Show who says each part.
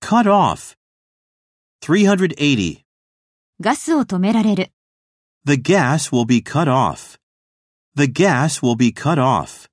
Speaker 1: Cut off. 380.
Speaker 2: ガスを止められる。
Speaker 1: The gas will be cut off. The gas will be cut off.